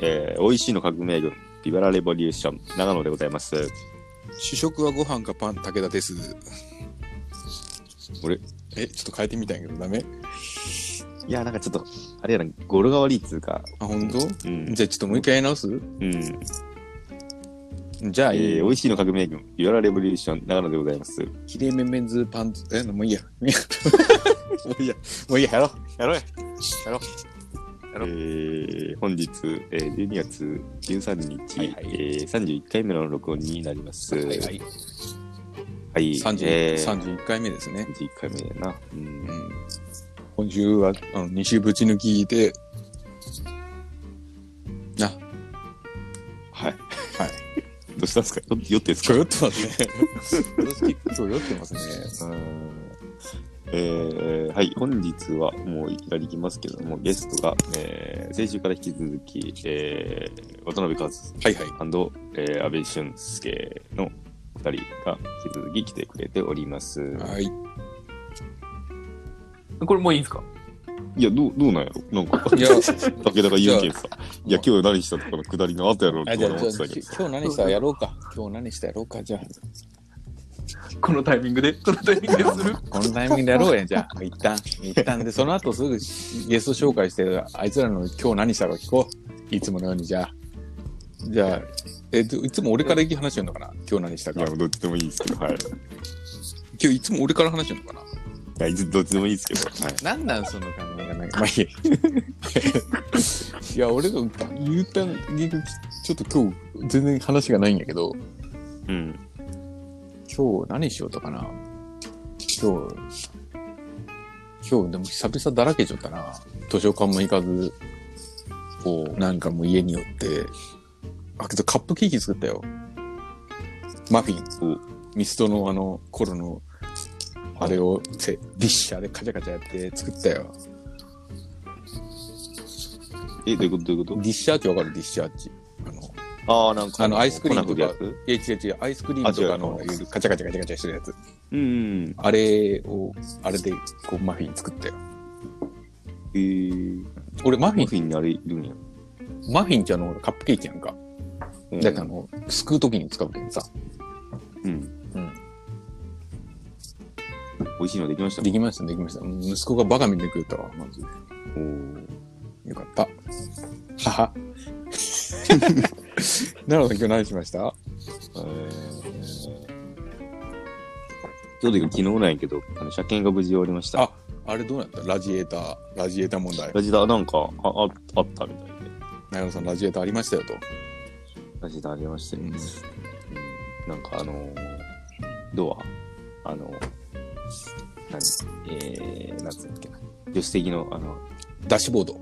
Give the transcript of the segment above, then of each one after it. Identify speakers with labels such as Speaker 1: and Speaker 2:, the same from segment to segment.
Speaker 1: えー、美味しいの革命軍、ビバラレボリューション、長野でございます。
Speaker 2: 主食はご飯かパン、武田です。
Speaker 1: あれ
Speaker 2: え、ちょっと変えてみたんやけど、ダメ
Speaker 1: いや、なんかちょっと、あれやな、語呂が悪いっつうか、
Speaker 2: あ、ほんと
Speaker 1: うん、
Speaker 2: じゃあちょっともう一回やり直す
Speaker 1: うん、
Speaker 2: じゃあ
Speaker 1: え
Speaker 2: いい
Speaker 1: ー、
Speaker 2: よ。
Speaker 1: 美味しいの革命軍、ビバラレボリューション、長野でございます。
Speaker 2: 切れ目めずパンツ、え、もういい や。もういいや。もういいや、やろう。やろうや。やろう。
Speaker 1: えー、本日、えー、12月13日、
Speaker 2: はいはい
Speaker 1: えー、31回目の録音になります。
Speaker 2: はいはい。
Speaker 1: はい、え
Speaker 2: 30
Speaker 1: ー、
Speaker 2: 31回目ですね。
Speaker 1: 31回目やな。う、
Speaker 2: うんん。今週は、あの、2週ぶち抜きで、な、。
Speaker 1: はい。はいどうしたんですか酔って酔ってんす
Speaker 2: ち
Speaker 1: か
Speaker 2: ょ、酔ってますね。私結構酔ってますね。
Speaker 1: うんえー、はい、本日はもういきなりいきますけども、ゲストが、えー、先週から引き続き、えー、渡辺和史
Speaker 2: はいはい。
Speaker 1: えー、安倍俊介のお二人が引き続き来てくれております。
Speaker 2: はい。
Speaker 3: これもういいんですか
Speaker 1: いや、どう、どうなんやろなんか、
Speaker 2: いや、
Speaker 1: 武田が言うけんさ、いや、今日何したとかのくだりの後やろう
Speaker 2: あ
Speaker 1: と
Speaker 2: じ
Speaker 1: か
Speaker 2: ゃあ
Speaker 1: 思
Speaker 2: じ
Speaker 1: っ
Speaker 2: ゃ
Speaker 1: てた
Speaker 2: あ
Speaker 1: けど。
Speaker 2: 今日何したらやろうか。今日何したらやろうか。じゃあ、
Speaker 3: このタイミングでこのタイミングでする
Speaker 2: このタイミングでやろうや。じゃあ、一旦、一旦で、その後すぐゲスト紹介して、あいつらの今日何したか聞こう。いつものように、じゃあ。じゃあ、えっと、いつも俺から行き話してんのかな今日何した
Speaker 1: い
Speaker 2: か。
Speaker 1: や、も
Speaker 2: 今
Speaker 1: うどっちでもいいですけど、はい。い
Speaker 2: 日いつも俺から話してんのか
Speaker 1: や、いつどっちでもいいですけど、はい。
Speaker 2: ななんなんその考えがない。まあいいや。 いや、俺が言った理由ちょっと今日全然話がないんやけど。
Speaker 1: うん。
Speaker 2: 今日何しようとかな今日今日でも久々だらけちゃったな図書館も行かずこうなんかもう家に寄ってあけどカップケーキ作ったよマフィ
Speaker 1: お
Speaker 2: ンミストのあの頃のあれをせディッシャーでカチャカチャやって作ったよ
Speaker 1: え、どういうことどういうこ
Speaker 2: デ
Speaker 1: と
Speaker 2: ィッシャーってわかるディッシャーってあの
Speaker 1: ああ、なんか
Speaker 2: あのアイスクリームとか
Speaker 1: 粉吹くやつ
Speaker 2: いや違う違うアイスクリームとかの
Speaker 1: あ違う
Speaker 2: いるカチャカチャカチャカチャしてるやつ
Speaker 1: うんうん。
Speaker 2: あれをあれでこうマフィン作ったよ
Speaker 1: えー、
Speaker 2: 俺マ
Speaker 1: マ
Speaker 2: フィン
Speaker 1: フィンにあれいるんや。
Speaker 2: マフィンってあの、カップケーキやんか。
Speaker 1: うん
Speaker 2: だからあの、すくうときに使うけどさ。
Speaker 1: うん。
Speaker 2: うん。
Speaker 1: 美味しいのできました
Speaker 2: できました、できました。うん息子がバカみたいに食ったわ、マジで。
Speaker 1: おー
Speaker 2: よかった。はは。 なるほど、今日何しました
Speaker 1: えー今日で昨日なんやけど、あの車検が無事終わりました。
Speaker 2: ああれどうやったラジエーター、ラジエーター問題。
Speaker 1: ラジダなんかあああったみたいで。
Speaker 2: 長野さん、ラジエーターありましたよと。
Speaker 1: ラジダありましたよ、
Speaker 2: うん
Speaker 1: うんなんかあのードア、あのー何えー、なんつうんだっけな。助手席の、あの、
Speaker 2: ダッシュボード。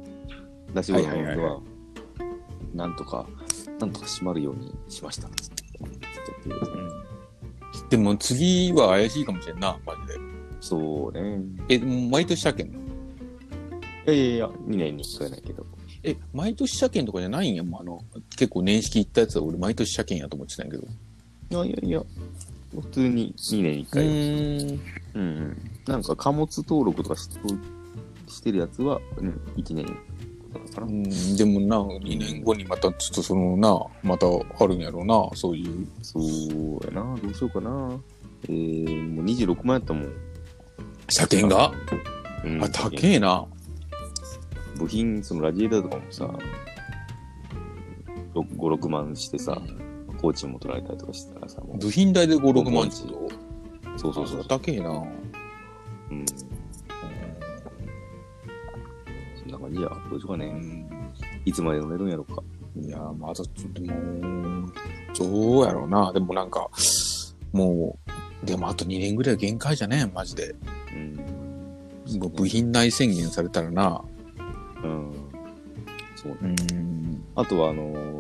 Speaker 1: 出し物のドアを、
Speaker 2: はいはいはいは
Speaker 1: なんとか、なんとか閉まるようにしました。
Speaker 2: うん。でも次は怪しいかもしれんな、マジで。
Speaker 1: そうね。
Speaker 2: え、でも毎年車検なの
Speaker 1: いやいやいや、2年に1回だけど。
Speaker 2: え、毎年車検とかじゃないんや、もうあの、結構年式行ったやつは俺毎年車検やと思ってたんやけど。
Speaker 1: いやいやいや、普通に2年に1
Speaker 2: う
Speaker 1: 回。
Speaker 2: ーん。
Speaker 1: うんうん、なんか貨物登録とかししてるやつは、うん、1年とかかな
Speaker 2: う。ん、でもな、2年後にまた、ちょっとそのな、またあるんやろうな、そういう。
Speaker 1: そうやな、どうしようかな。えー、もう26万やったもん。
Speaker 2: 車検が
Speaker 1: うん
Speaker 2: あ、高えな。
Speaker 1: 部品、そのラジエーターとかもさ、ろ5、6万してさ、コーチも取られたりとかしてたらさ、もう、
Speaker 2: 部品代で5、6万ちょっ
Speaker 1: そうそ
Speaker 2: と。
Speaker 1: うそう。
Speaker 2: 高えな。
Speaker 1: うん。そんな感じや。どうしようか
Speaker 2: う
Speaker 1: ね。
Speaker 2: ん。
Speaker 1: いつまで乗れるんやろうか。
Speaker 2: いや、まだちょっともう、どうやろうな。でもなんか、もう、でもあと2年ぐらい限界じゃねマジで。
Speaker 1: うん。
Speaker 2: もう部品内宣言されたらな。
Speaker 1: うん。そうね。
Speaker 2: うん。
Speaker 1: あとは、あのー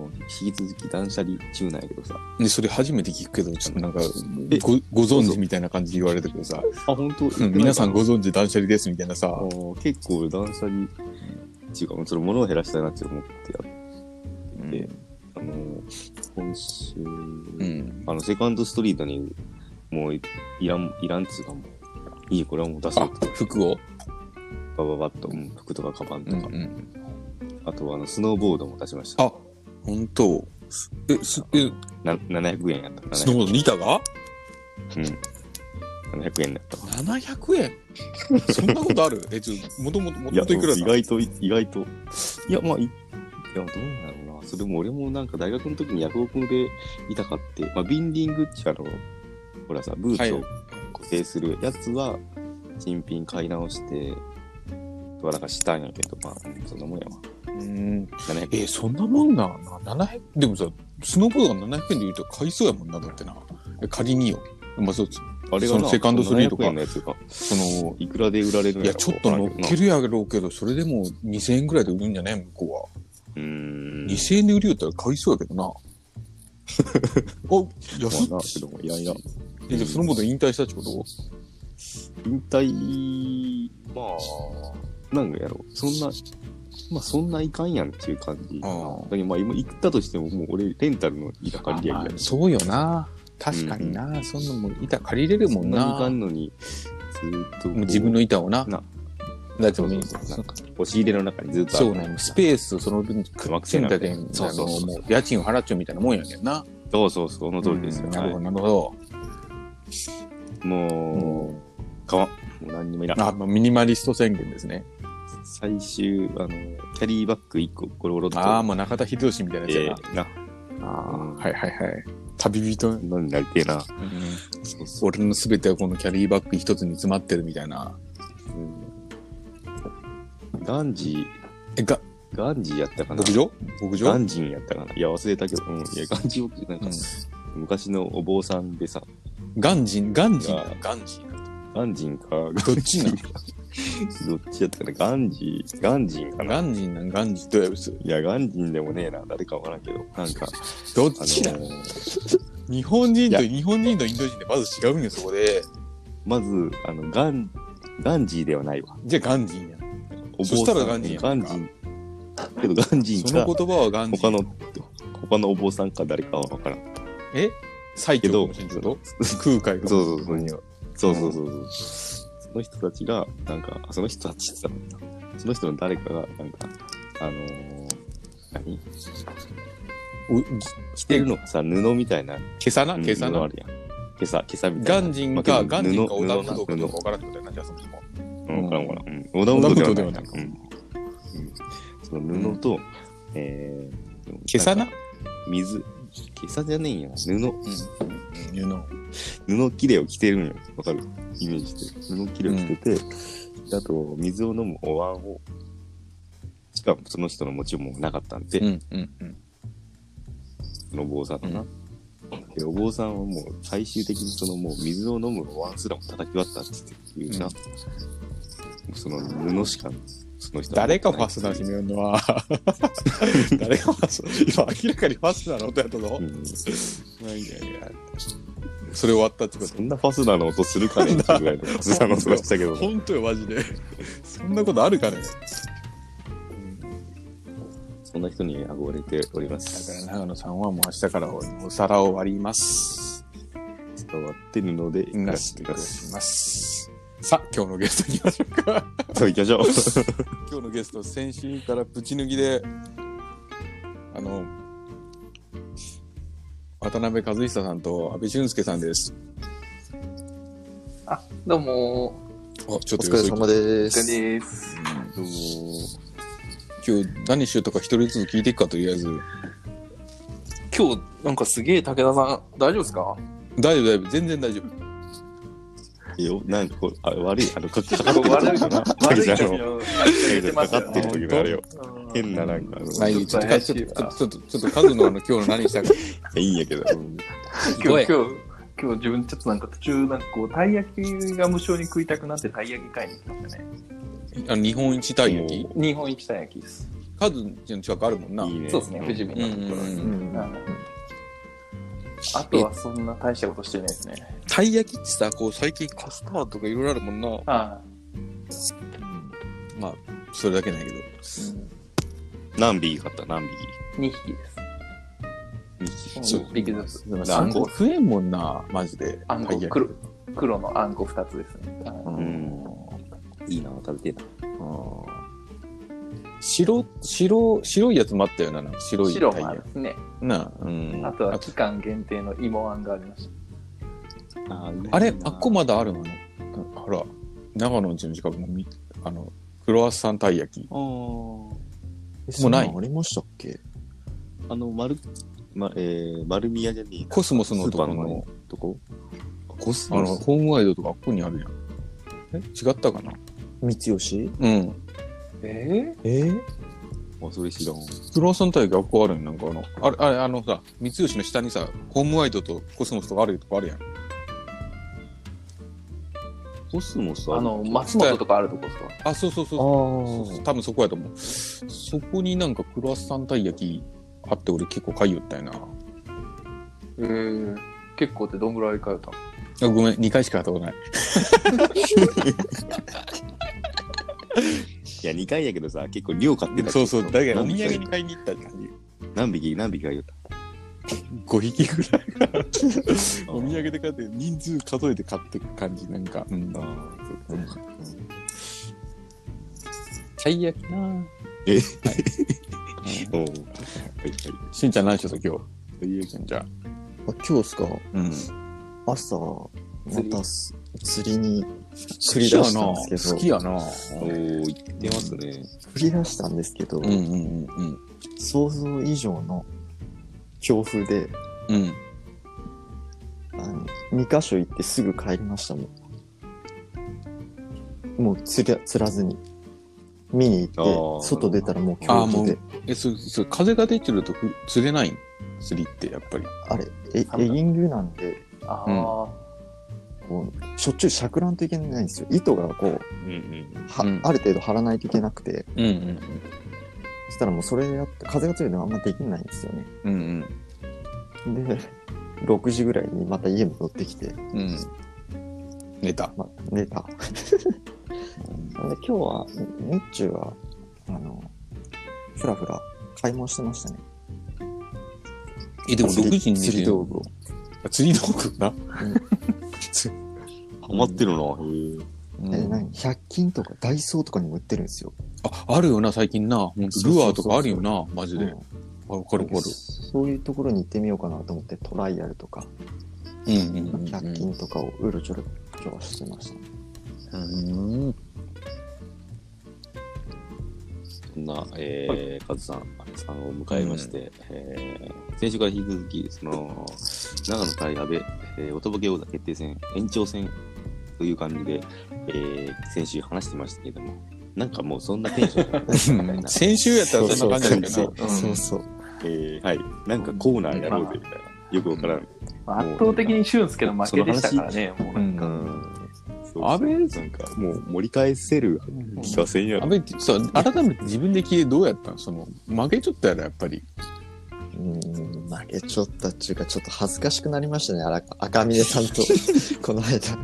Speaker 1: 引き続き断捨離中なんやけどさ。
Speaker 2: で、それ初めて聞くけど、ちょっとなんか
Speaker 1: え、
Speaker 2: ごご存知みたいな感じで言われたけどさ、
Speaker 1: あ、本当
Speaker 2: うん皆さん
Speaker 1: ご
Speaker 2: ご存知断捨離ですみたいなさ、
Speaker 1: 結構断捨離、っていうか、その物を減らしたいなって思ってやって、あのー今週、
Speaker 2: うん。
Speaker 1: あの、セカンドストリートに、もうい、いらん、いらんっつうかもう、いい、これはもう出す
Speaker 2: あ
Speaker 1: バ、
Speaker 2: 服を。
Speaker 1: バババッと、うん服とかカバンと
Speaker 2: うん
Speaker 1: か、あとはあの、スノーボードも出しました。
Speaker 2: あ、本当え、す、え、
Speaker 1: な700円やった。
Speaker 2: スノーボード2タが
Speaker 1: うん。700円だった。
Speaker 2: ?700 円そんなことある え、ちょ、もともと、も
Speaker 1: い
Speaker 2: と
Speaker 1: や、
Speaker 2: もといくら
Speaker 1: 意
Speaker 2: だ
Speaker 1: 外と、意外と。いや、まあ、いいや、どうなのな。それも俺もなんか大学の時にヤフオクでいたかって、まあ、ビンディングってあの、ほらさ、ブーツを固定するやつは、新品買い直して、とかなんかしたんやけど、まあ、そんなもんやわ。
Speaker 2: うん。
Speaker 1: 700
Speaker 2: え、そんなもんなのな。700、でもさ、スノーボードが700円で言うと買いそうやもんな、だってな。え仮によ。まあ、そう、
Speaker 1: あれが
Speaker 2: そ
Speaker 1: な
Speaker 2: のセカンドスリーとか
Speaker 1: 700円のやつが、
Speaker 2: その、
Speaker 1: いくらで売られるん
Speaker 2: いや、ちょっと乗っけ
Speaker 1: る。
Speaker 2: るやろうけど、それでも2000円ぐらいで売るんじゃね向こうは。
Speaker 1: うーん。
Speaker 2: 2000円で売りよったら買いそうやけ どな。あ、
Speaker 1: まあ
Speaker 2: 安っ
Speaker 1: なけどもいやいや。
Speaker 2: え、じゃあそのボード引退したってこと
Speaker 1: 引退、まあ、なんかやろう。そんな、まあそんないかんやんっていう感じかな。
Speaker 2: ああ
Speaker 1: だけどまあ今行ったとしてももう俺レンタルの板借りりゃいいやん。
Speaker 2: そうよな。確かにな。そんなもん、板借りれる
Speaker 1: そ
Speaker 2: も
Speaker 1: ん
Speaker 2: ん
Speaker 1: な
Speaker 2: な。
Speaker 1: にいかん
Speaker 2: も
Speaker 1: のに、ずーっとこう。
Speaker 2: う自分の板をな。
Speaker 1: な
Speaker 2: だってもう
Speaker 1: そうそうそうなんか押し入れの中にずっとある
Speaker 2: そうね。もうスペースをその分食ってんだけん、
Speaker 1: そうそうそう
Speaker 2: あのもう家賃を払っちゃうみたいなもんやけんな。
Speaker 1: そうそうそう、その通りですよ。
Speaker 2: うんなるほど、
Speaker 1: は
Speaker 2: なるほど。
Speaker 1: いもう、かわん。もう何にもいらん。
Speaker 2: あ、まあ、ミニマリスト宣言ですね。
Speaker 1: 最終、あの、キャリーバッグ1個ゴロゴロっと。
Speaker 2: ああ、もう中田秀吉みたいなやつ
Speaker 1: え
Speaker 2: や
Speaker 1: えな。
Speaker 2: な。あーはいはいはい。旅人、
Speaker 1: そんなになりてえな。
Speaker 2: そうそう俺の全てはこのキャリーバッグ一つに詰まってるみたいな。
Speaker 1: うんガンジ
Speaker 2: え、が、
Speaker 1: ー、ガンジーやったかな
Speaker 2: 牧場牧場
Speaker 1: ガンジンやったかないや、忘れたけど、うん、い や、ガンジン僕なんか、昔のお坊さんでさ、
Speaker 2: ガンジン、ガンジン
Speaker 1: あ。
Speaker 2: ガンジン。
Speaker 1: ガンジンか、ガ ン
Speaker 2: どっち
Speaker 1: ジ
Speaker 2: な
Speaker 1: ンどっちやったかな、ガンジー、ガンジンか
Speaker 2: ん
Speaker 1: な。
Speaker 2: ガンジンなんガンジン。どうや
Speaker 1: いや、ガンジンでもねえな、誰かわからんけど、なんか、
Speaker 2: どっ
Speaker 1: あの
Speaker 2: ちなん
Speaker 1: ー
Speaker 2: 日本人と
Speaker 1: い
Speaker 2: 日本人とインド人でまず違うんよ、そこで。
Speaker 1: まず、あの、ガン、ガンジーではないわ。
Speaker 2: じゃあガンジンや。
Speaker 1: お坊さん
Speaker 2: そしたらガンジンやんか
Speaker 1: ガンジン。けど、ガンジン
Speaker 2: そ
Speaker 1: か
Speaker 2: の、言葉はガンジン。
Speaker 1: 他の、他のお坊さんか誰かはわからん。
Speaker 2: え最強かもしれんけど空海かも
Speaker 1: そうそうそう。そうそうそうそう。その人たちが、なんか、あその人たちって言ったらいいなその人の誰かが、なんか、あのー、何
Speaker 2: お
Speaker 1: 着てるのがさ、布みたいな。
Speaker 2: 今朝な
Speaker 1: うん
Speaker 2: 今朝
Speaker 1: 布あ
Speaker 2: な。
Speaker 1: るやん。毛さ、毛さみたい
Speaker 2: ガ
Speaker 1: な。
Speaker 2: ンジン
Speaker 1: まあ
Speaker 2: か、
Speaker 1: けど
Speaker 2: ガンジンか
Speaker 1: 布
Speaker 2: 織田武
Speaker 1: 布
Speaker 2: 道かどうか
Speaker 1: 布
Speaker 2: わからんってことやな、じゃあそもそも。
Speaker 1: うん、わからんわからん。うん。織田
Speaker 2: 織田
Speaker 1: 武
Speaker 2: 武
Speaker 1: 道で
Speaker 2: 道で
Speaker 1: は
Speaker 2: は
Speaker 1: な。
Speaker 2: ないい
Speaker 1: うん。うんその布と、えー、
Speaker 2: 今朝
Speaker 1: な
Speaker 2: な
Speaker 1: んか水。毛さじゃねえんや。布。
Speaker 2: うん。いうの。
Speaker 1: 布切れを着てるんよ。わかるイメージで。布切れを着てて、であと、水を飲むお椀を、しかもその人の持ち物もなかったんで、
Speaker 2: うんうんうん。
Speaker 1: そのお坊さんのな、
Speaker 2: う
Speaker 1: で、お坊さんはもう最終的にそのもう水を飲むお椀すらも叩き割ったって言っていうな、もうその布しか、その人は持ってない
Speaker 2: 誰がファスナー閉めるの は誰がファスナー今明らかにファスナーの音やったぞ
Speaker 1: う、ん
Speaker 2: いやいやそれ終わったってこと
Speaker 1: そんなファスナーの音するかねっていうぐらいのファスナーの音がしたけど、
Speaker 2: 本当よマジでそんなことあるかね
Speaker 1: そんな人に憧れておりま
Speaker 2: だ
Speaker 1: す。
Speaker 2: から長野さんはもう明日からお皿を割ります
Speaker 1: 伝わってるので、
Speaker 2: 出
Speaker 1: ら
Speaker 2: し
Speaker 1: してて
Speaker 2: く
Speaker 1: く
Speaker 2: だ
Speaker 1: だ
Speaker 2: さ
Speaker 1: さ
Speaker 2: いますさあ今日のゲストにきましょうか
Speaker 1: い。そう、行きましょう。
Speaker 2: 今日のゲスト先週からぶち抜きであの渡辺和久さんと安倍俊介さんです
Speaker 3: どうも
Speaker 2: あちょっ
Speaker 4: お
Speaker 2: と
Speaker 4: 疲
Speaker 2: よ
Speaker 4: れ
Speaker 2: そ行き
Speaker 4: 様で
Speaker 3: ー。
Speaker 4: す。
Speaker 3: です。
Speaker 1: どうも。
Speaker 2: 今日何しようとか一人ずつ聞いていくかとりあえず
Speaker 3: 今日、なんかすげえ武田さん、大丈夫ですか
Speaker 2: 大丈夫大丈夫全然大丈夫
Speaker 1: よ、なんかこう、あ悪い、あの、かかかかっ
Speaker 3: 悪
Speaker 1: てる
Speaker 3: い、悪
Speaker 1: 時か
Speaker 3: い
Speaker 1: な。
Speaker 3: 時
Speaker 1: あの
Speaker 3: の
Speaker 1: かかってる時のあれよ。変な、なんか、あの
Speaker 2: はいい
Speaker 3: ち
Speaker 2: ち
Speaker 3: ょ
Speaker 2: ょ
Speaker 3: っ
Speaker 2: っと
Speaker 3: と
Speaker 2: か
Speaker 3: 怪し
Speaker 2: ち
Speaker 3: い
Speaker 2: ょっとちょっとちょっとカズのあの今日の何したか
Speaker 1: いんやけど。うん
Speaker 3: 今
Speaker 2: 声
Speaker 3: 日、今日、今日自分ちょっとなんか途中、なんかこう、たい焼きが無償に食いたくなって、たい焼き買いに行きましたね。
Speaker 2: あの日本一たい焼き
Speaker 1: も
Speaker 3: 日本一たい焼きです。
Speaker 2: カズんちの近くあるもんない
Speaker 1: いね。
Speaker 3: そうですね、富士見のところに。あとはそんな大したことしてないですね。
Speaker 2: たい焼きってさこう最近カスタードとかいろいろあるもんな
Speaker 3: あ
Speaker 2: まあそれだけないけど
Speaker 1: 何匹買った何匹
Speaker 3: 2匹です。
Speaker 2: そう
Speaker 3: 1匹ずつ。
Speaker 2: あ
Speaker 3: あ
Speaker 2: ん
Speaker 3: ん
Speaker 2: こ
Speaker 3: こ、
Speaker 2: 食えんもんなマジで
Speaker 3: あん
Speaker 2: た
Speaker 3: こ
Speaker 2: い焼き
Speaker 3: 黒黒のあんこ2つですね。
Speaker 2: う
Speaker 1: うんん。いいな、食べてえな。
Speaker 2: うん白、白、白いやつもあったよな、なんか白いタイヤ
Speaker 3: 白。もあるんですね。
Speaker 2: なあ、うん。
Speaker 3: あとは期間限定の芋あんがありまし
Speaker 1: あ
Speaker 2: あれ、あっこまだあるのあほら、長野の事務所もみ、あの、クロワッサンたい焼き。
Speaker 1: も。
Speaker 2: もうない
Speaker 4: そんんありましたっけ
Speaker 1: あの、丸、ま、えー、丸宮じゃねえな
Speaker 2: コスモスのところ
Speaker 1: スーパーの
Speaker 2: の、
Speaker 1: とこ
Speaker 4: コス
Speaker 2: あの、ホームワイドとかあっこにあるやん。え違ったかな
Speaker 4: 三吉
Speaker 2: うん。
Speaker 3: た。え
Speaker 4: えー、
Speaker 1: あ、それ知らん。
Speaker 2: クロワッサンたい焼きあっこあるやん。なんかあの、あれ、あれ、あのさ、三吉の下にさ、ホームワイドとコスモスとかあるとこあるやん。
Speaker 1: コスモス
Speaker 3: ー、あの、松本とかあるとこですか
Speaker 2: あ、そうそうそうそう。そうそう
Speaker 4: あ
Speaker 2: 多分そこやと思う。そこになんかクロワッサンたい焼きあって俺結構買いよったよな。あ
Speaker 3: えー、結構ってどんぐらい通ったの
Speaker 2: ごめん、2回しか買ったことない。
Speaker 1: いや、2回やけどさ、結構量買ってた。
Speaker 2: そうそう、だからお
Speaker 1: 何
Speaker 2: 土産
Speaker 1: 匹
Speaker 2: に買いに行ったじゃん。
Speaker 1: 何匹何匹が言った
Speaker 2: 5匹ぐらい。
Speaker 1: あー
Speaker 2: お土産で買って、人数数えて買ってく感じ、なんか。うん。
Speaker 1: あーそっか
Speaker 2: 最悪な
Speaker 1: え
Speaker 2: はい
Speaker 1: おうはいは
Speaker 2: しんちゃん何しよう今日。というしんちゃん。
Speaker 4: あ今日っすか
Speaker 2: うん。
Speaker 4: 朝ま
Speaker 3: 釣り
Speaker 4: たす釣りに
Speaker 2: 好
Speaker 4: 繰り
Speaker 2: き
Speaker 4: 出
Speaker 2: やな。
Speaker 4: したんです
Speaker 2: 好
Speaker 4: けど
Speaker 2: きやな。
Speaker 1: い。おー、いってますね。
Speaker 4: 繰り出したんですけど、
Speaker 2: うんうんうん
Speaker 4: 想像以上の強風で
Speaker 2: うん。うん。
Speaker 4: あの2箇所行ってすぐ帰りましたもんもう釣りゃ釣らずに見に
Speaker 1: あ
Speaker 4: 行っ
Speaker 1: ー
Speaker 4: て外出たらもう
Speaker 2: あ
Speaker 4: 強
Speaker 2: ーも
Speaker 4: 風
Speaker 2: う
Speaker 4: で
Speaker 2: え、そう、そう、風が出てるとふ釣れないん釣りってやっぱり。
Speaker 4: あれえエギングなんで
Speaker 3: あ
Speaker 4: こうしょっちゅうしゃくらんといけないんですよ糸がこう
Speaker 1: うん
Speaker 4: は、
Speaker 2: うん
Speaker 4: ある程度張らないといけなくて
Speaker 2: うんうん
Speaker 4: そしたらもうそれやって風が強いのはあんまできないんですよね
Speaker 2: うん。うん
Speaker 4: で6時ぐらいにまた家戻ってきて、
Speaker 2: うん。うん。寝た。
Speaker 4: まあ、寝たで今日は日中はあのふらふら買い物してましたね
Speaker 2: え、でも
Speaker 4: 釣り
Speaker 2: 6時に寝
Speaker 4: 釣
Speaker 2: て
Speaker 4: り
Speaker 2: る
Speaker 4: 道具を
Speaker 2: あ釣り道具な。
Speaker 1: ハマってるな。へえ。
Speaker 2: うん
Speaker 4: え何100均とかダイソーとかにも売ってるんですよ、
Speaker 2: あ、あるよな、最近な。ほんとルアーとかあるよな、マジ
Speaker 4: う
Speaker 2: で。
Speaker 4: ん
Speaker 2: あわかるわかる。
Speaker 4: そういうところに行ってみようかなと思ってトライアルとか
Speaker 2: うんうんうん
Speaker 4: 100均とかをうろちょろ今日はしてました
Speaker 2: うん。
Speaker 4: ね、
Speaker 2: うん。
Speaker 1: そんな、えー、カズさん、あれさんを迎えまして、えー、先週から引き続き、その、長野大河で、えー、おとぼけ王座決定戦、延長戦という感じで、えー、先週話してましたけども、なんかもうそんなテンションになってるみ たいな。
Speaker 2: 先週やったらそんな感じだけ
Speaker 4: そ
Speaker 2: ど
Speaker 4: うそうそう
Speaker 1: えー、はい。なんかコーナーやろうぜ、みたいな。よくわからん。
Speaker 3: あ、圧倒的に俊介の負けでしたからね、もうなん
Speaker 2: な。
Speaker 3: か。
Speaker 1: ん。そう
Speaker 2: 安倍
Speaker 1: なんかもう盛り返せる気はせんや
Speaker 2: 安
Speaker 1: ろ。
Speaker 2: 倍ってさ、改めて自分で聞いてどうやったんその、負けちゃったやろ、やっぱり。
Speaker 4: うん負けちゃったっていうか、ちょっと恥ずかしくなりましたね、あら赤嶺さん と、この間、さ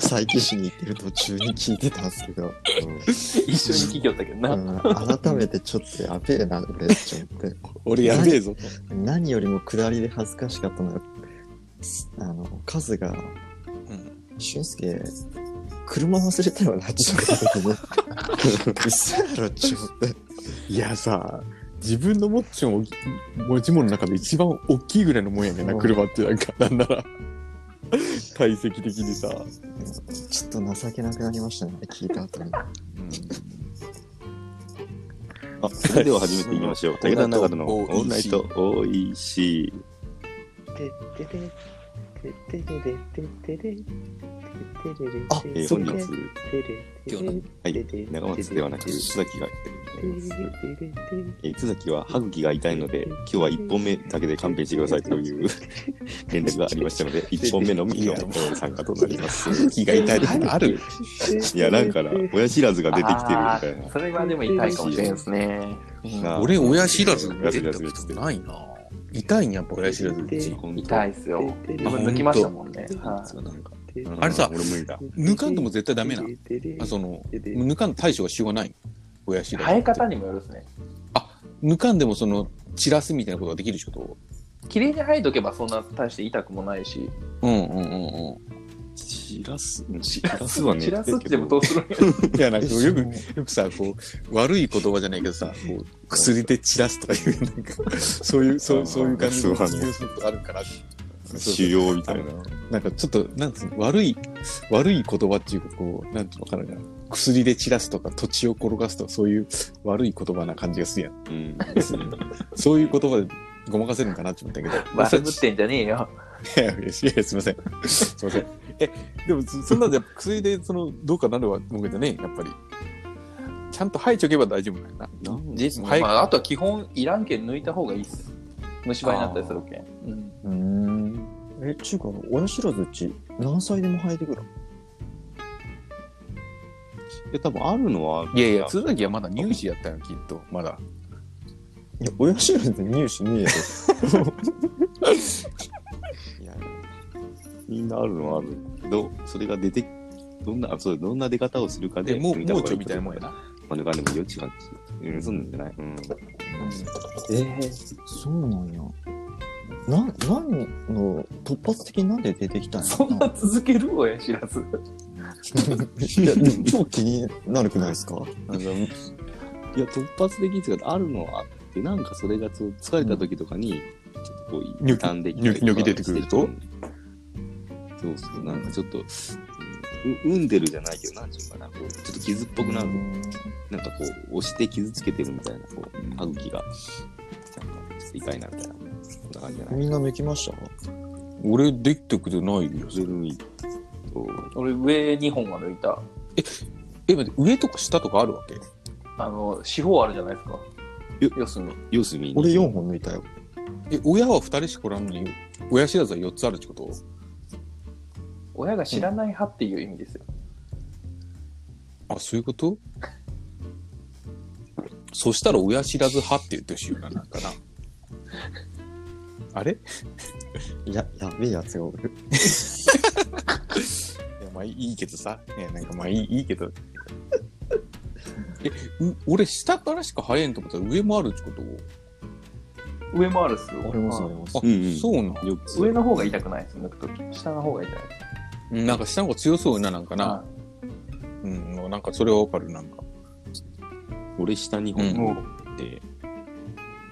Speaker 4: 佐伯市に行ってる途中に聞いてたんですけど、
Speaker 3: 一緒に企業だけどな。
Speaker 4: うん、改めてちょっとやべえな、俺、ちょっ
Speaker 2: 俺やべえぞと。
Speaker 4: と。何よりも下りで恥ずかしかったのが、あの、カズが、
Speaker 2: うん。
Speaker 4: 俊介、車忘れたよな、って 言 った時に。嘘やろ、ちょっと。
Speaker 2: いやさ、自分の持ち物、持ち物の中で一番大きいぐらいのもんやねんな、
Speaker 4: うん
Speaker 2: 車ってなんか、なんなら。体積的にさ。
Speaker 4: ちょっと情けなくなりましたね、聞いた後に。
Speaker 1: あ、それでは始めていきましょう。武田長野のオールナイト OEC。
Speaker 4: あ
Speaker 1: えー、
Speaker 4: そっ
Speaker 1: 本
Speaker 4: か
Speaker 1: 日、はい、長松ではなく、津崎がやってるです。えー、津崎は歯茎が痛いので、今日は1本目だけで勘弁してくださいという連絡がありましたので、1本目のみの参加となります。
Speaker 2: 気が痛い時ある
Speaker 1: いや、なんかな、親知らずが出てきて
Speaker 3: あ
Speaker 1: るみたい
Speaker 3: ーそれはでも痛いかもしれないですね。
Speaker 1: な。
Speaker 2: 俺、親知らず出てたことないな。痛いんやっぱ親知らずうち。
Speaker 1: 本
Speaker 3: 痛いっすよ。自分抜きましたもんね。はい
Speaker 2: あれさ
Speaker 1: 俺無理だ。
Speaker 2: 抜かんとも絶対ダメな。あその、抜かん対処がしようがない。親知らず。
Speaker 3: 生え方にもよるですね。
Speaker 2: 抜かんでもその、散らすみたいなことができるってこと
Speaker 3: 綺麗に生えとけばそんな大して痛くもないし、
Speaker 2: うんうんうんうん。
Speaker 1: しらす、うんしらすはね。
Speaker 3: チラスってでもどう するんや
Speaker 2: いや、なんか
Speaker 4: え
Speaker 2: よく、よくさ、こう、悪い言葉じゃないけどさ、こう、薬で散らすとかいう、なんか、そういう、そうそういう感じの
Speaker 1: そうね
Speaker 2: ニュースとかあるから。
Speaker 1: 腫瘍みたいな。
Speaker 2: なんかちょっと、なんつうの、悪い、悪い言葉っていうか、こう、なんていうのかな、薬で散らすとか、土地を転がすとか、そういう悪い言葉な感じがするやん。
Speaker 1: うん。
Speaker 2: そういう言葉でごまかせるんかなって思 ったけど。
Speaker 3: バルブってんじゃねえよ。
Speaker 2: いやいやいやすいません。すいません。え、でもそそんなんでやっぱ薬で、その、どうかなるわけだね、やっぱり。ちゃんと吐いちゃけば大丈夫なんやな。
Speaker 1: なんで
Speaker 3: 実
Speaker 2: は
Speaker 3: 際
Speaker 2: い
Speaker 3: まあ、あとは基本、いらんけん抜いた方がいいっす。虫歯になったりするけん。うん
Speaker 4: うーん。え、ちゅうか、親知らずっち、何歳でも生えてくる
Speaker 1: いや、多分あるのはある
Speaker 2: いやいや、鶴崎はまだ乳歯やったよ、きっと。まだ。
Speaker 4: いや、親知らず入試ねえよ。
Speaker 1: いやみんなあるのはあるけど、それが出て、どんな、あそう、どんな出方をするかで、
Speaker 2: で、もう、
Speaker 1: 見
Speaker 2: 盲
Speaker 1: 方が
Speaker 2: 腸みたいなもんやな。
Speaker 1: まあ、でもでも余地があるしうん、そうなんじゃないうん。
Speaker 4: えー、そうなんや。な、何の、突発的になんで出てきたんや
Speaker 3: そ んな続ける親知らず。
Speaker 4: いや、でも超気になるくないですか
Speaker 1: あのいや、突発的っていうか、あるのはあって、なんかそれがそう疲れた時とかに、ちょっとこう、
Speaker 2: ニョキ
Speaker 1: 傷んできたりとか
Speaker 2: ニョキニョキ出てくると
Speaker 1: してそうそう、なんかちょっと、うんう産んでるじゃないけど、なんていうのかな、こう、ちょっと傷っぽくなる。なんかこう、押して傷つけてるみたいな、こう、歯茎が、なんか、ちょっと痛いなみたいな、そんな感じじゃない
Speaker 4: みんな抜きました
Speaker 2: 俺、できてくれないよ。
Speaker 1: ずるいと、
Speaker 3: 俺、上2本は抜いた。
Speaker 2: え、待って、上とか下とかあるわけ
Speaker 3: あの、四方あるじゃないですか。
Speaker 1: よ
Speaker 3: 四隅。
Speaker 1: 四隅に。
Speaker 4: 俺4本抜いたよ。
Speaker 2: え、親は2人しかおらんのに、親知らずは4つあるってこと
Speaker 3: 親が知らない歯っていう意味ですよ。
Speaker 2: あ、そういうことそしたら親知らず派って言ってほしいよな、なんかな。あれい
Speaker 4: や、やべえやつがおる。
Speaker 2: や、まあいいけどさ。ね、なんかまあいいいいけど。え、う俺下からしか生えんと思ったら上もあるってこと
Speaker 3: 上もあるっす。
Speaker 4: 俺もそう、俺もそ
Speaker 2: あ、
Speaker 1: うんうん
Speaker 2: そうなん
Speaker 1: 四つ。
Speaker 3: 上の方が痛くないです、抜くとき。下の方が痛いです。
Speaker 2: うん。なんか下の方が強そうよな、なんかな。うん、なんかそれはわかる、なんか。
Speaker 1: 俺下2
Speaker 2: うん
Speaker 1: 本って、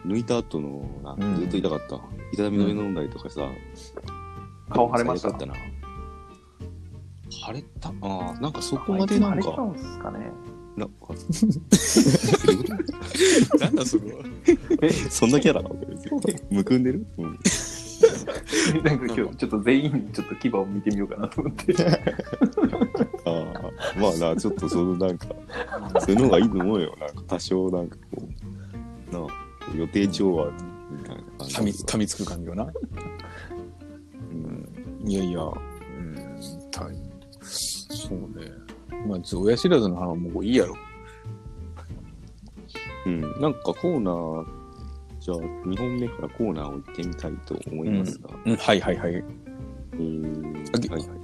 Speaker 1: 抜いた後のな
Speaker 4: うん
Speaker 1: ずっと痛かった、痛み止め飲んだりとかさ、
Speaker 3: 顔腫れました
Speaker 1: 痛かったな腫れたああなんかそ
Speaker 3: こ
Speaker 1: こまでなんか
Speaker 3: あいつ腫れたんすかね。
Speaker 1: なんか
Speaker 2: なんだそれは。
Speaker 1: そんなキャラなわけです よむくんでる、うん、
Speaker 3: なんか今日ちょっと全員にちょっと牙を見てみようかなと思 って。
Speaker 1: ああまあなちょっとそのなんかそういうのがいいと思うよなんか多少なんかこうなあ予定調和みたいな感じ
Speaker 2: 噛み噛みつく感じよな。うん、いやいや、うん、たいそうね。まあ、ちょっと親知らずの話はもういいやろ。
Speaker 1: うん、なんかコーナーじゃあ2本目からコーナーを行ってみたいと思いますが、
Speaker 2: うん、はいはいはい。
Speaker 1: えー
Speaker 2: あげ
Speaker 1: はいはいはい。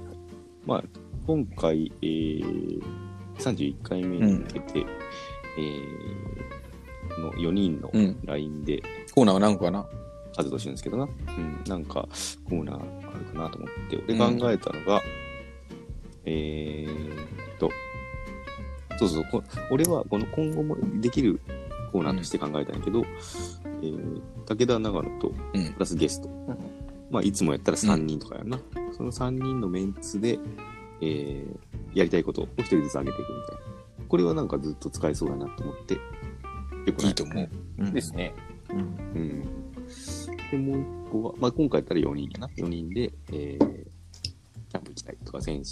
Speaker 1: まあ、今回、えー、31回目に向けて、えーの4人の
Speaker 2: うん。
Speaker 1: LINE で
Speaker 2: コーナーは何個かな
Speaker 1: 活動してるんですけどな、うん、なんかコーナーあるかなと思って、俺考えたのが、えーっと、そうそうこ俺はこの今後もできるコーナーとして考えたんやけど、えー武田長野と
Speaker 2: うん
Speaker 1: プラスゲスト、
Speaker 3: ん
Speaker 1: まあ、いつもやったら3人とかやな、その3人のメンツで、えーやりたいことを1人ずつ上げていくみたいなこれはなんかずっと使えそうだなと思ってよくない
Speaker 2: いいと思う。
Speaker 4: う。
Speaker 3: ですね。
Speaker 4: うん。
Speaker 1: うん、でもう1個は、まあ、今回やったら4人やな4人で、えーキャンプ行きたいとか選手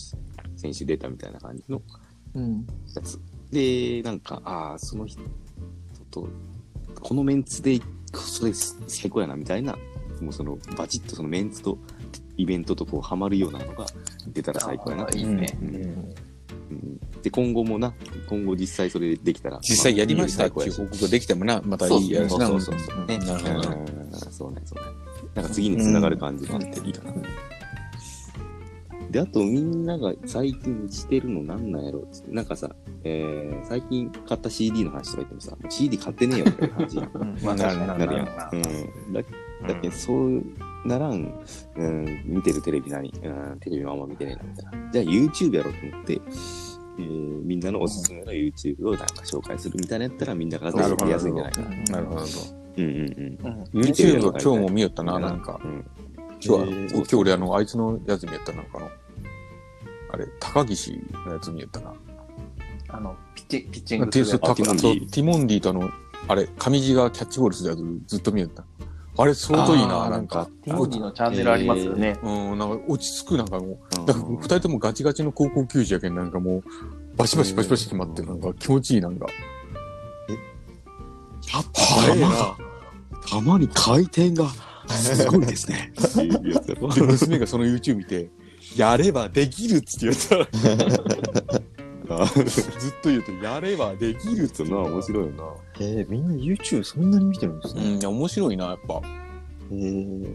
Speaker 1: 選手出たみたいな感じの
Speaker 4: うん。
Speaker 1: やつ。で、なんか、ああ、その人と、このメンツで、それ最高やな、みたいな、もうその、バチッとそのメンツと、イベントとこう、ハマるようなのが出たら最高やな
Speaker 3: あ。いいですね。
Speaker 1: う
Speaker 4: うんん。
Speaker 1: うんで、今後もな、今後実際それできたら。
Speaker 2: 実際やりましたって
Speaker 1: まあ
Speaker 2: いう
Speaker 1: 最高
Speaker 2: 報
Speaker 1: や
Speaker 2: 告ができてもな、また
Speaker 1: そう
Speaker 2: いいやつな。
Speaker 1: そうそう そう
Speaker 2: ね。なるほどな。
Speaker 1: しうんそうね、そうね。なんか次に繋がる感じがあっていいかな。で、あとみんなが最近してるのなんなんやろっつって、なんかさ、えー、最近買った CD の話とか言ってもさ、もう CD 買ってねえよみたいな感じに
Speaker 4: うん
Speaker 3: まあ
Speaker 2: なるな
Speaker 1: なるや
Speaker 3: なる
Speaker 1: ん。うん。だだけど、そう、ならん、うん、見てるテレビ何、うん、テレビもあんま見てねえなみたいな。じゃあ YouTube やろうと思って、えーみんなのおすすめの YouTube をなんか紹介するみたいなやったらみんなが
Speaker 2: なるほど
Speaker 1: 見やすいんじゃないかな。
Speaker 2: なるほど。
Speaker 1: うんうんうん。
Speaker 2: YouTube 今日も見よったな、なんか。
Speaker 1: うん、
Speaker 2: 今日は、
Speaker 1: えー
Speaker 2: 今日俺あの、あいつのやつ見よったな、なんかあの、あれ、高岸のやつ見よったな。
Speaker 3: あの、ピッチ、ピッチン
Speaker 2: テ
Speaker 3: グする
Speaker 2: ィ
Speaker 3: や
Speaker 2: ス
Speaker 3: つ
Speaker 2: タ
Speaker 1: あテ
Speaker 2: テ
Speaker 1: ィモンディ
Speaker 2: ィモンディとあの、あれ、上地がキャッチボールするやつずっと見よった。あれ、相当いい
Speaker 3: あ
Speaker 2: な、
Speaker 3: ー
Speaker 2: なんか。
Speaker 3: ティモンディのチャンネルありますよね。
Speaker 2: うん、なんか落ち着く、なんかも
Speaker 1: う
Speaker 2: う、
Speaker 1: ん
Speaker 2: なんか二人ともガチガチの高校球児やけん、なんかもう、バシバシバシバシ決まって、なんか気持ちいい、なんか。
Speaker 1: やっぱたまに回転がすごいですね。っていうやつ やろ
Speaker 2: で、娘がその YouTube 見て、やればできるって言ったら、
Speaker 1: あー
Speaker 2: ずっと言うと、やればできるっ
Speaker 1: ち
Speaker 2: て
Speaker 1: ょっとな、面白いよな。
Speaker 4: えー、みんな YouTube そんなに見てるんです
Speaker 2: う
Speaker 4: ね。
Speaker 2: ん、いや面白いな、やっぱ。
Speaker 4: えー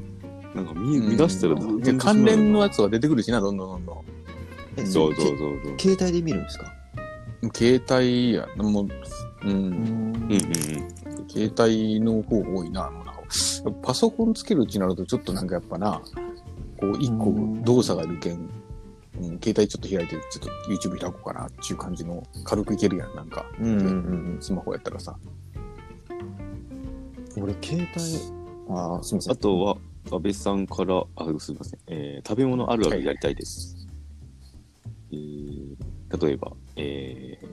Speaker 1: なんか見見出したらずっと見てしまうよな
Speaker 2: 関連のやつが出てくるしな、どんどんどんどん。
Speaker 4: え
Speaker 1: そうそう
Speaker 4: け
Speaker 1: そうそう。
Speaker 4: 携帯で見るんですか
Speaker 2: 携帯や、もう、うん、
Speaker 1: うんうんうん。
Speaker 2: 携帯の方が多いな。もうなんかパソコンつけるうちになると、ちょっとなんかやっぱな、こう、一個動作がいるけん、うん、携帯ちょっと開いて、ちょっと YouTube 開こうかなっていう感じの、軽くいけるやん、なんか、
Speaker 4: うん
Speaker 2: うんスマホやったらさ。
Speaker 4: うん。俺、携帯、ああ、すみません。
Speaker 1: あとは、安倍さんから、あ、すみません。えー食べ物あるあるやりたいです。えー例えば、えー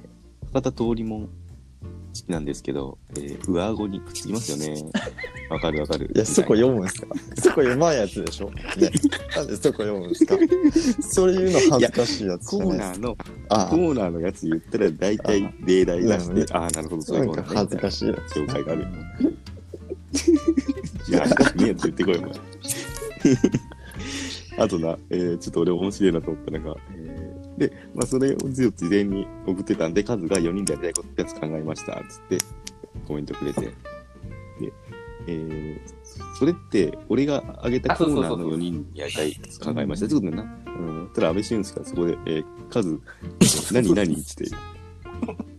Speaker 1: 博多通りもん好きなんですけど、えー上顎にくっつきますよね。わかるわかる。
Speaker 4: いや、そこ読むんですかそこ読まんやつでしょ、ね、なんでそこ読むんですかそういうの恥ずかしいやつじ
Speaker 1: コ
Speaker 4: ゃな
Speaker 1: ー
Speaker 4: いで
Speaker 1: ナ
Speaker 4: す
Speaker 1: ーの、
Speaker 4: あ
Speaker 1: コーナーのやつ言ったら大体例題出して、ああー、なるほど、
Speaker 4: あ、
Speaker 1: そうい
Speaker 4: な
Speaker 1: うんこ
Speaker 4: か
Speaker 1: と
Speaker 4: 恥ず
Speaker 1: ね。
Speaker 4: かしいや
Speaker 1: 紹介がある。いや、恥ずかしいねえって言ってこ い、お前。あとな、えーちょっと俺面白いなと思ったのが、えーで、まあ、それを事前に送ってたんで、カズが4人でやりたいことやつ考えました、つってコメントくれて。で、えーそれって、俺が挙げたコーナーの4人やりたいやつ考えました。ってことだよな。うん。ただ、安倍俊介がそこで、えー、カズ、何何つって。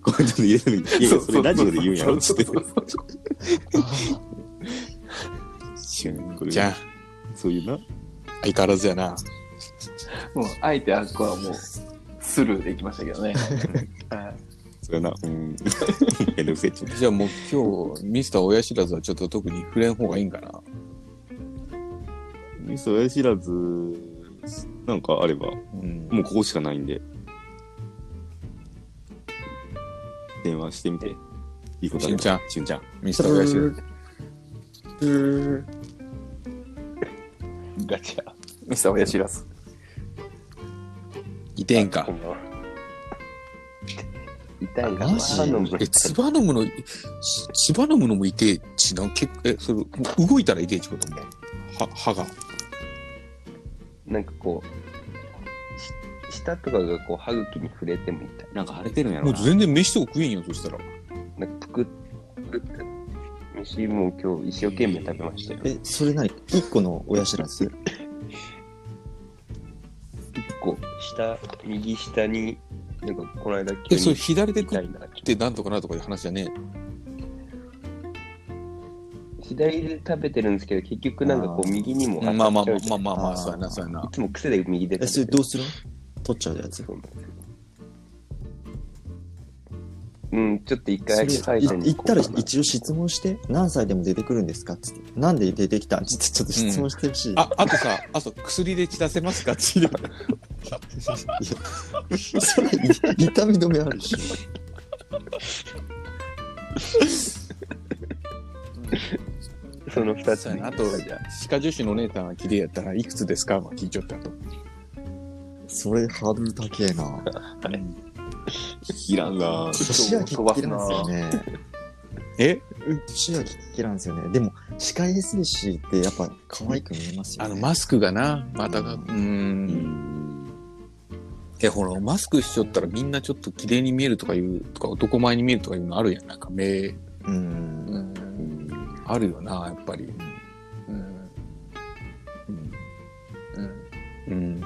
Speaker 1: コメントで入れたのに、いやいや、それラジオで言うんやろ、つって。違うねこれ
Speaker 2: じゃあ、
Speaker 1: そういうな。
Speaker 2: 相変わらずやな。
Speaker 3: もう、あえてあっこはもう、スルーでいきましたけどね。はい
Speaker 1: そうやな。うん。 めんどくせえっちゅう
Speaker 2: じゃあもう今日、ミスター親知らずはちょっと特に触れん方がいいんかな。
Speaker 1: ね。それ知らず、なんかあれば、
Speaker 2: うん。
Speaker 1: もうここしかないんで。電話してみて。いいことあれば
Speaker 2: しんちゃん
Speaker 1: しんちゃん。
Speaker 2: ミスター親知らず。
Speaker 4: つ。
Speaker 3: ガチャ。ミサオヤシラス。
Speaker 2: いてんか
Speaker 3: こ。んばんは痛いな。
Speaker 4: マジ
Speaker 2: え、つば飲むの、つつば飲むのも痛えしな、結構、え、それ、動いたら痛えってことも。は、歯が。
Speaker 5: なんかこう、し舌とかがこう歯茎に触れても痛い。
Speaker 1: なんか腫れてるんや
Speaker 2: も
Speaker 1: ろ
Speaker 2: う
Speaker 1: な。
Speaker 2: 全然飯とか食えんよ、そしたら。
Speaker 5: なんかぷくっ、ぷくって。飯も今日一生懸命食べましたよ。
Speaker 4: え、それ何一個の親知らず
Speaker 5: こう、下、右下に、なんかこの間急
Speaker 2: え、それ
Speaker 5: に
Speaker 2: 左で食
Speaker 5: 痛
Speaker 2: っ
Speaker 5: いなって。
Speaker 2: てなんとかなとかいう話じゃね
Speaker 5: 左で食べてるんですけど、結局なんかこ
Speaker 4: あ
Speaker 5: う
Speaker 4: ー
Speaker 5: 右にも
Speaker 2: え。まあまあまあ
Speaker 5: 当たっちゃ
Speaker 2: まあまあま
Speaker 4: あ
Speaker 2: あ、
Speaker 4: ー
Speaker 2: そうやな、そうやな
Speaker 5: う。いつも癖で右で
Speaker 4: え、それ
Speaker 5: 食べて
Speaker 4: どうするの取っちゃうやつ。
Speaker 5: そうなんですようん、ちょっと一回
Speaker 4: そ
Speaker 5: ア
Speaker 4: れ
Speaker 5: キサイ
Speaker 4: い
Speaker 5: ドに
Speaker 4: 言っ
Speaker 5: 行こ
Speaker 4: た
Speaker 5: うか
Speaker 4: ら
Speaker 5: な
Speaker 4: 一応質問して、何歳でも出てくるんですかっつって。なんで出てきたんつってちょっと質問してほしい。
Speaker 2: あ、あとさ、あと薬で散らせますか っていう。
Speaker 4: それい痛み止めあるし。
Speaker 5: その二つ
Speaker 2: そうや
Speaker 5: に
Speaker 2: な。あと、歯科助手のお姉さんは綺麗やったら、いくつですかまあ聞いちゃったと。
Speaker 4: それハードル高えな。
Speaker 1: いらんな。
Speaker 4: 年はきっきりなんですよね。
Speaker 2: え
Speaker 4: 年はきっきりなんですよね。でも、歯科衛生士ってやっぱ可愛く見えますよ
Speaker 2: あ
Speaker 4: ね。
Speaker 2: の、マスクがな、またが、うー。
Speaker 1: うんん。
Speaker 2: え、ほら、マスクしちゃったらみんなちょっと綺麗に見えるとかいう、とか男前に見えるとかいうのあるやん。なんか目、
Speaker 4: うん。
Speaker 2: あるよな、やっぱり。
Speaker 3: うん
Speaker 2: うん。
Speaker 3: うん
Speaker 2: うん。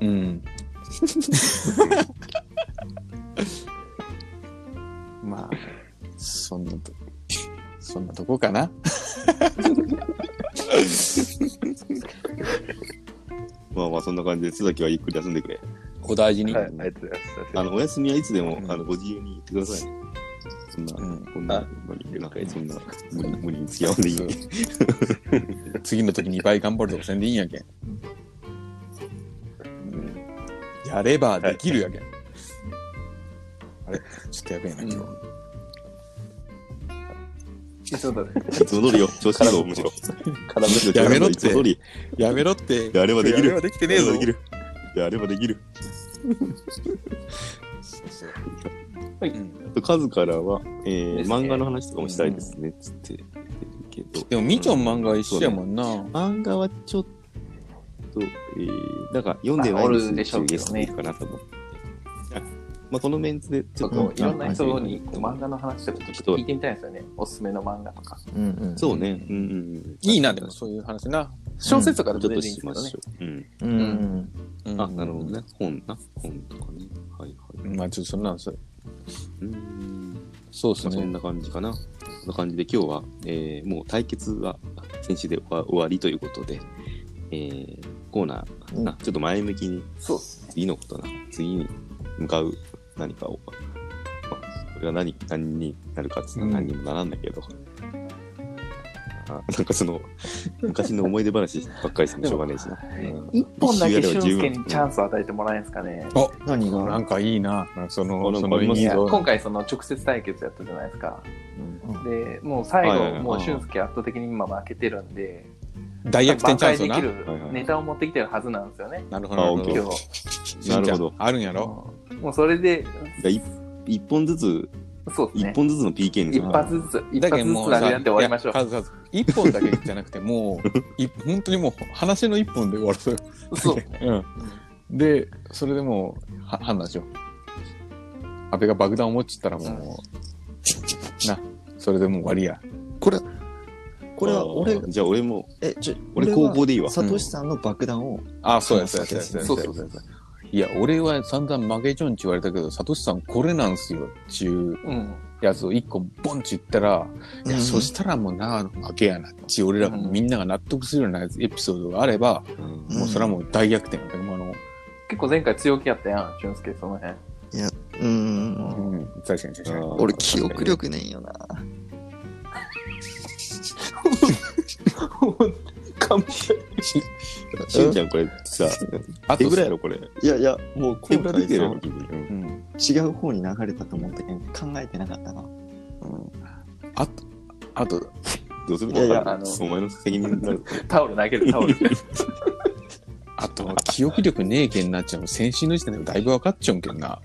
Speaker 2: うん。 まあ、そんなと。そんなとこかな。
Speaker 1: まあまあそんな感じで、須崎はゆっくり休んでくれ。
Speaker 2: お大事に。
Speaker 5: はい、ありがとうございます。
Speaker 1: あの、お休みはいつでも、
Speaker 2: うん
Speaker 1: あの、ご自由に言ってくださいね。そんな、
Speaker 2: うん
Speaker 1: こんな
Speaker 5: あ、
Speaker 1: 無理、なんか、そんな、無理、無理に付き合わんでいい んで。
Speaker 2: 次の時に倍頑張るとかせんでいいんやけん。やればできるやけん。あれちょっとやべえな、今日。
Speaker 3: そうだね。
Speaker 1: いつも通りよ、調子だうむしろ。
Speaker 5: 絡む
Speaker 2: やめろって
Speaker 1: いつも通り、
Speaker 2: やめろって。
Speaker 1: やればできる。
Speaker 2: やればできてねえ
Speaker 1: やればで
Speaker 2: ぞ。
Speaker 1: きる。やればできる。
Speaker 2: うん
Speaker 1: 数からは、えー
Speaker 3: ですね
Speaker 1: 漫画の話とかもしたいですね、つって言ってるけど。
Speaker 2: でも、みーちゃん漫画一緒やもんな。
Speaker 1: 漫画はちょっと、えー、だから読んでない
Speaker 3: まああるでしょうけ
Speaker 1: ゲ
Speaker 3: どね
Speaker 1: ストでいいかなと思って。あまあ、このメンツでち
Speaker 3: ち
Speaker 1: ょ
Speaker 3: ょ
Speaker 1: っ
Speaker 3: っと
Speaker 1: と、
Speaker 3: いろんな人に
Speaker 1: こう
Speaker 3: 漫画の話とかちょっと聞いてみたいんですよね。おすすめの漫画とか。
Speaker 4: うんうん。
Speaker 1: そうね。うんうん。
Speaker 2: いいな、でもそういう話な。
Speaker 3: 小説とか
Speaker 1: ちょ
Speaker 3: で
Speaker 1: っと
Speaker 3: も全然いいんで
Speaker 1: し
Speaker 3: す
Speaker 1: まし。ょう。うん。
Speaker 3: けどね
Speaker 4: うんうん。
Speaker 2: うん
Speaker 1: あ、なるほどね。本な。本とかね。はいはい。
Speaker 2: まあ、ちょっとそんなんす
Speaker 1: うん。
Speaker 2: そうです
Speaker 1: まあ、そん
Speaker 2: ね。
Speaker 1: な感じかな。そんな感じで今日は、えーもう対決は先週で終わ終わりということで、えーコーナー、なちょっと前向きに
Speaker 3: そう。
Speaker 1: 次のことな、次に向かう何かを、まあ、これは何、何になるかっていうのは何にもならんだけど、あなんかその、昔の思い出話ばっかりしてもしょうがねえしな。うん
Speaker 3: 一本だけ俊介にチャンスを与えてもらえんすかね。
Speaker 4: 何が
Speaker 2: なんかいいな。なんかその、
Speaker 1: あなんか
Speaker 2: その
Speaker 1: ありま
Speaker 3: い
Speaker 1: す
Speaker 3: や
Speaker 1: よ
Speaker 2: を
Speaker 3: 今回その直接対決やったじゃないですか。
Speaker 4: うん
Speaker 3: で、もう最
Speaker 1: はいはいは
Speaker 3: 後、
Speaker 1: い
Speaker 3: もう俊介圧倒的に今負けてるんで、
Speaker 2: 大逆転チャンスを
Speaker 3: 挽
Speaker 2: な
Speaker 3: 回。で
Speaker 1: はい
Speaker 3: き
Speaker 1: は
Speaker 3: る
Speaker 1: い
Speaker 3: ネタを持ってきてるはずなんですよね。
Speaker 2: なるほ
Speaker 1: あ
Speaker 2: ど
Speaker 1: オッケー
Speaker 2: なる
Speaker 3: 今
Speaker 2: ほ
Speaker 3: 日。
Speaker 2: ど。
Speaker 1: なるほど。
Speaker 2: あるんやろ
Speaker 3: もうそれで、
Speaker 1: じゃあい一本ずつ、
Speaker 3: そうです
Speaker 1: 一
Speaker 3: ね。
Speaker 1: 本ずつの PK にする。
Speaker 3: 一発ずつ、一
Speaker 2: だけ
Speaker 3: 発
Speaker 2: ど
Speaker 3: ずつ
Speaker 2: もう
Speaker 3: 投げ
Speaker 2: さ
Speaker 3: 合って終わりましょ
Speaker 2: いや数々一本だけじゃなくて、もう、い本当にもう、話の一本で終わらせよ
Speaker 3: う。そう。
Speaker 2: うん。で、それでもう、は判断しよう。安倍が爆弾を持っちゃったらもう、な、それでもう終わりや。
Speaker 4: これ、これは
Speaker 1: あ
Speaker 4: 俺
Speaker 1: ー、じゃあ俺も、
Speaker 4: え、ちょ、
Speaker 1: 俺
Speaker 4: は
Speaker 1: 高校でいいわ。
Speaker 4: サトシさんの爆弾を、
Speaker 2: あ、そうや、そうや、そうや、
Speaker 3: そ
Speaker 2: そうう
Speaker 3: そ
Speaker 2: や
Speaker 3: う。そう。
Speaker 2: いや、俺は散々負けちょんち言われたけど、サトシさんこれなんすよ、ちゅう
Speaker 3: うん。
Speaker 2: やつを一個ボンち言ったら、いや、
Speaker 4: うん
Speaker 2: そしたらもうな、負けやな、ち俺らがみんなが納得するようなやつエピソードがあれば、
Speaker 1: うん
Speaker 4: うん
Speaker 2: もうそれはもう大逆転やけど、もうあの、
Speaker 3: 結構前回強気やったやん、俊介その辺。
Speaker 4: うんうんうん。
Speaker 2: うん、確かに確かに。
Speaker 4: 俺、記憶力ねえよな。
Speaker 1: しんちゃんこれさ、
Speaker 2: あ
Speaker 1: 手
Speaker 2: と
Speaker 1: ぐらいやろこれ。
Speaker 4: いやいや、もう
Speaker 1: 手
Speaker 4: 今
Speaker 1: ぐらいでき
Speaker 4: 回
Speaker 1: てるや
Speaker 4: さ
Speaker 1: ろ、、君うん
Speaker 2: うん。
Speaker 4: 違う方に流れたと思ったけど、考えてなかったな。
Speaker 2: あと、あと、
Speaker 1: どうする
Speaker 4: いやいや
Speaker 1: わかんない
Speaker 3: あ
Speaker 1: お前の責任になる。
Speaker 3: タオル投げる、タオル。
Speaker 2: あと、記憶力ねえけんなっちゃうの。先週の時点でもだいぶ分かっちゃうんけんな。なんか、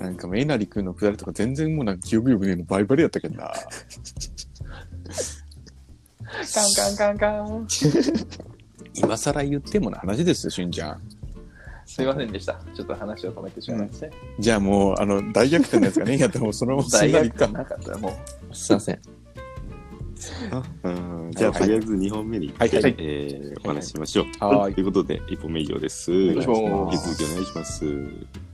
Speaker 2: なんかもうえなりくんのくだりとか全然もうなんか記憶力ねえのバリバリやったけんな。
Speaker 3: カンカンカンカン。
Speaker 2: 今更言ってもな話ですよ、しんちゃん。
Speaker 3: すいませんでした。ちょっと話を止めてしまいまして。
Speaker 2: じゃあもう、あの、大逆転のやつがねえんやったらもうそのまま
Speaker 3: 大
Speaker 2: な
Speaker 3: 学
Speaker 2: り
Speaker 3: か
Speaker 2: か。
Speaker 3: なかったらもう。
Speaker 4: すいません。
Speaker 1: うんじゃあ、とりあえず2本目に行って、
Speaker 2: はいはい
Speaker 1: えーお話ししましょう。
Speaker 2: はい
Speaker 1: ということで、1本目以上です。
Speaker 3: いします
Speaker 1: 引き続きお願いします。